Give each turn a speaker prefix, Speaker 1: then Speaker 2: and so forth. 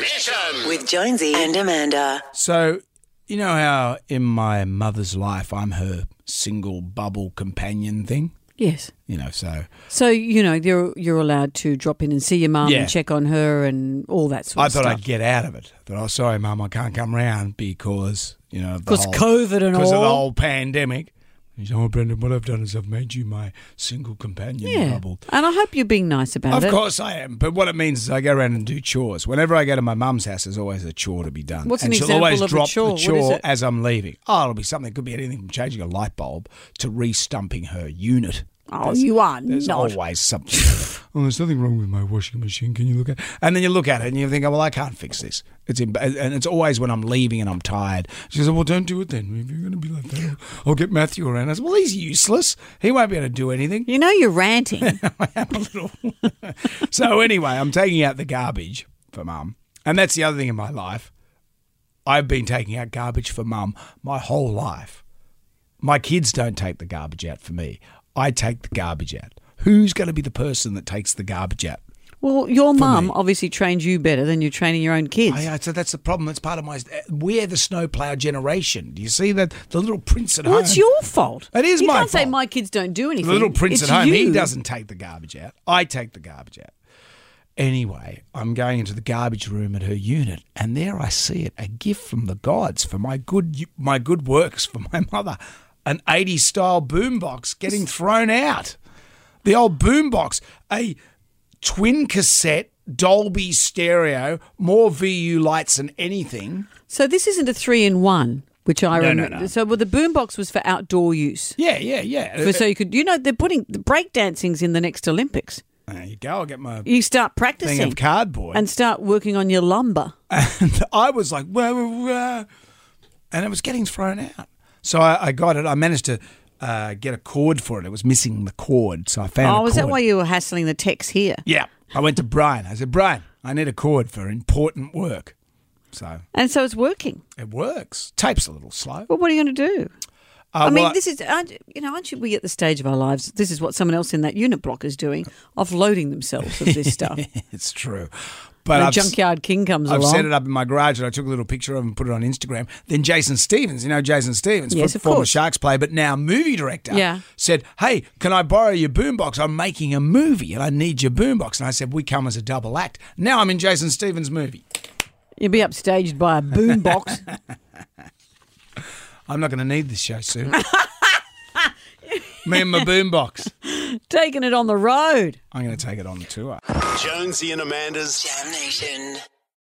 Speaker 1: Mission.
Speaker 2: with Jonesy and Amanda.
Speaker 3: So, you know how in my mother's life I'm her single bubble companion thing?
Speaker 4: Yes.
Speaker 3: You know, so
Speaker 4: So you know you're you're allowed to drop in and see your mum
Speaker 3: Yeah.
Speaker 4: and check on her and all that sort
Speaker 3: I
Speaker 4: of
Speaker 3: thought
Speaker 4: stuff.
Speaker 3: I'd get out of it. I thought, oh, sorry, Mum, I can't come round because, you know, of the
Speaker 4: because
Speaker 3: whole-
Speaker 4: COVID and all.
Speaker 3: because of the whole pandemic. He's, oh, Brendan, what I've done is I've made you my single companion
Speaker 4: yeah.
Speaker 3: bubble.
Speaker 4: And I hope you're being nice about
Speaker 3: Of
Speaker 4: it.
Speaker 3: course I am, but what it means is I go around and do chores. Whenever I go to my mum's house, there's always a chore to be done.
Speaker 4: What's an
Speaker 3: and she'll
Speaker 4: example
Speaker 3: always
Speaker 4: of a
Speaker 3: drop
Speaker 4: chore?
Speaker 3: the
Speaker 4: What is
Speaker 3: chore
Speaker 4: it?
Speaker 3: as I'm leaving. Oh, it'll be something. It could be anything from changing a light bulb to re-stumping her unit.
Speaker 4: Oh, you are
Speaker 3: There's
Speaker 4: not.
Speaker 3: always something. oh, there's nothing wrong with my washing machine. Can you look at? And then you look at it and you think, oh, well, I can't fix this. It's in, and it's always when I'm leaving and I'm tired. She says, well, don't do it then. If you're going to be like that, I'll, I'll get Matthew around. I said, well, he's useless. He won't be able to do anything.
Speaker 4: You know you're ranting.
Speaker 3: I am a little. so anyway, I'm taking out the garbage for mum, and that's the other thing in my life. I've been taking out garbage for mum my whole life. My kids don't take the garbage out for me. I take the garbage out. Who's going to be the person that takes the garbage out?
Speaker 4: well, your mum obviously trained you better than you're training your own kids.
Speaker 3: I, I, Oh, so that's the problem. It's part of my. We're the snowplow generation. Do you see that? The little prince at
Speaker 4: well,
Speaker 3: home.
Speaker 4: it's your fault.
Speaker 3: It is
Speaker 4: you
Speaker 3: my
Speaker 4: can't say
Speaker 3: fault.
Speaker 4: my kids don't do anything.
Speaker 3: The little prince
Speaker 4: It's
Speaker 3: at home, he
Speaker 4: you.
Speaker 3: doesn't take the garbage out. I take the garbage out. Anyway, I'm going into the garbage room at her unit, and there I see it—a gift from the gods for my good, my good works for my mother. An 80s style boombox getting thrown out. The old boombox, a twin cassette Dolby stereo, more VU lights than anything.
Speaker 4: So this isn't a three in one, which I
Speaker 3: No, no,
Speaker 4: remember.
Speaker 3: no.
Speaker 4: So well, the boombox was for outdoor use.
Speaker 3: Yeah, yeah, yeah.
Speaker 4: For- So you could, you know, they're putting the breakdancing's in the next Olympics.
Speaker 3: there you go. I'll get my
Speaker 4: You start
Speaker 3: thing
Speaker 4: practicing
Speaker 3: of cardboard.
Speaker 4: and start working on your lumber.
Speaker 3: and I was like, wah, wah, wah," and it was getting thrown out. So I, I got it. I managed to uh, get a cord for it. It was missing the cord, so I found.
Speaker 4: Oh,
Speaker 3: a
Speaker 4: is that
Speaker 3: cord.
Speaker 4: why you were hassling the techs here?
Speaker 3: Yeah, I went to Brian. I said, Brian, I need a cord for important work. So
Speaker 4: And so it's working.
Speaker 3: it works. Tape's a little slow.
Speaker 4: Well, what are you going to do? I mean,
Speaker 3: Uh, well, I-
Speaker 4: this is, aren't, you know, aren't you, we at the stage of our lives, this is what someone else in that unit block is doing, offloading themselves of this stuff.
Speaker 3: it's true. But
Speaker 4: and a
Speaker 3: I've, s-
Speaker 4: junkyard king comes
Speaker 3: I've
Speaker 4: along.
Speaker 3: set it up in my garage and I took a little picture of it and put it on Instagram. Then Jason Stevens, you know Jason Stevens,
Speaker 4: Yes,
Speaker 3: fo-
Speaker 4: of
Speaker 3: former
Speaker 4: course.
Speaker 3: Sharks player but now movie director,
Speaker 4: Yeah.
Speaker 3: said, "Hey, can I borrow your boombox? I'm making a movie and I need your boombox." And I said, "We come as a double act." Now I'm in Jason Stevens' movie.
Speaker 4: You'll be upstaged by a boombox.
Speaker 3: I'm not going to need this show soon. Me and my boombox.
Speaker 4: taking it on the road.
Speaker 3: I'm going to take it on the tour.
Speaker 1: Jonesy and Amanda's
Speaker 2: Damnation.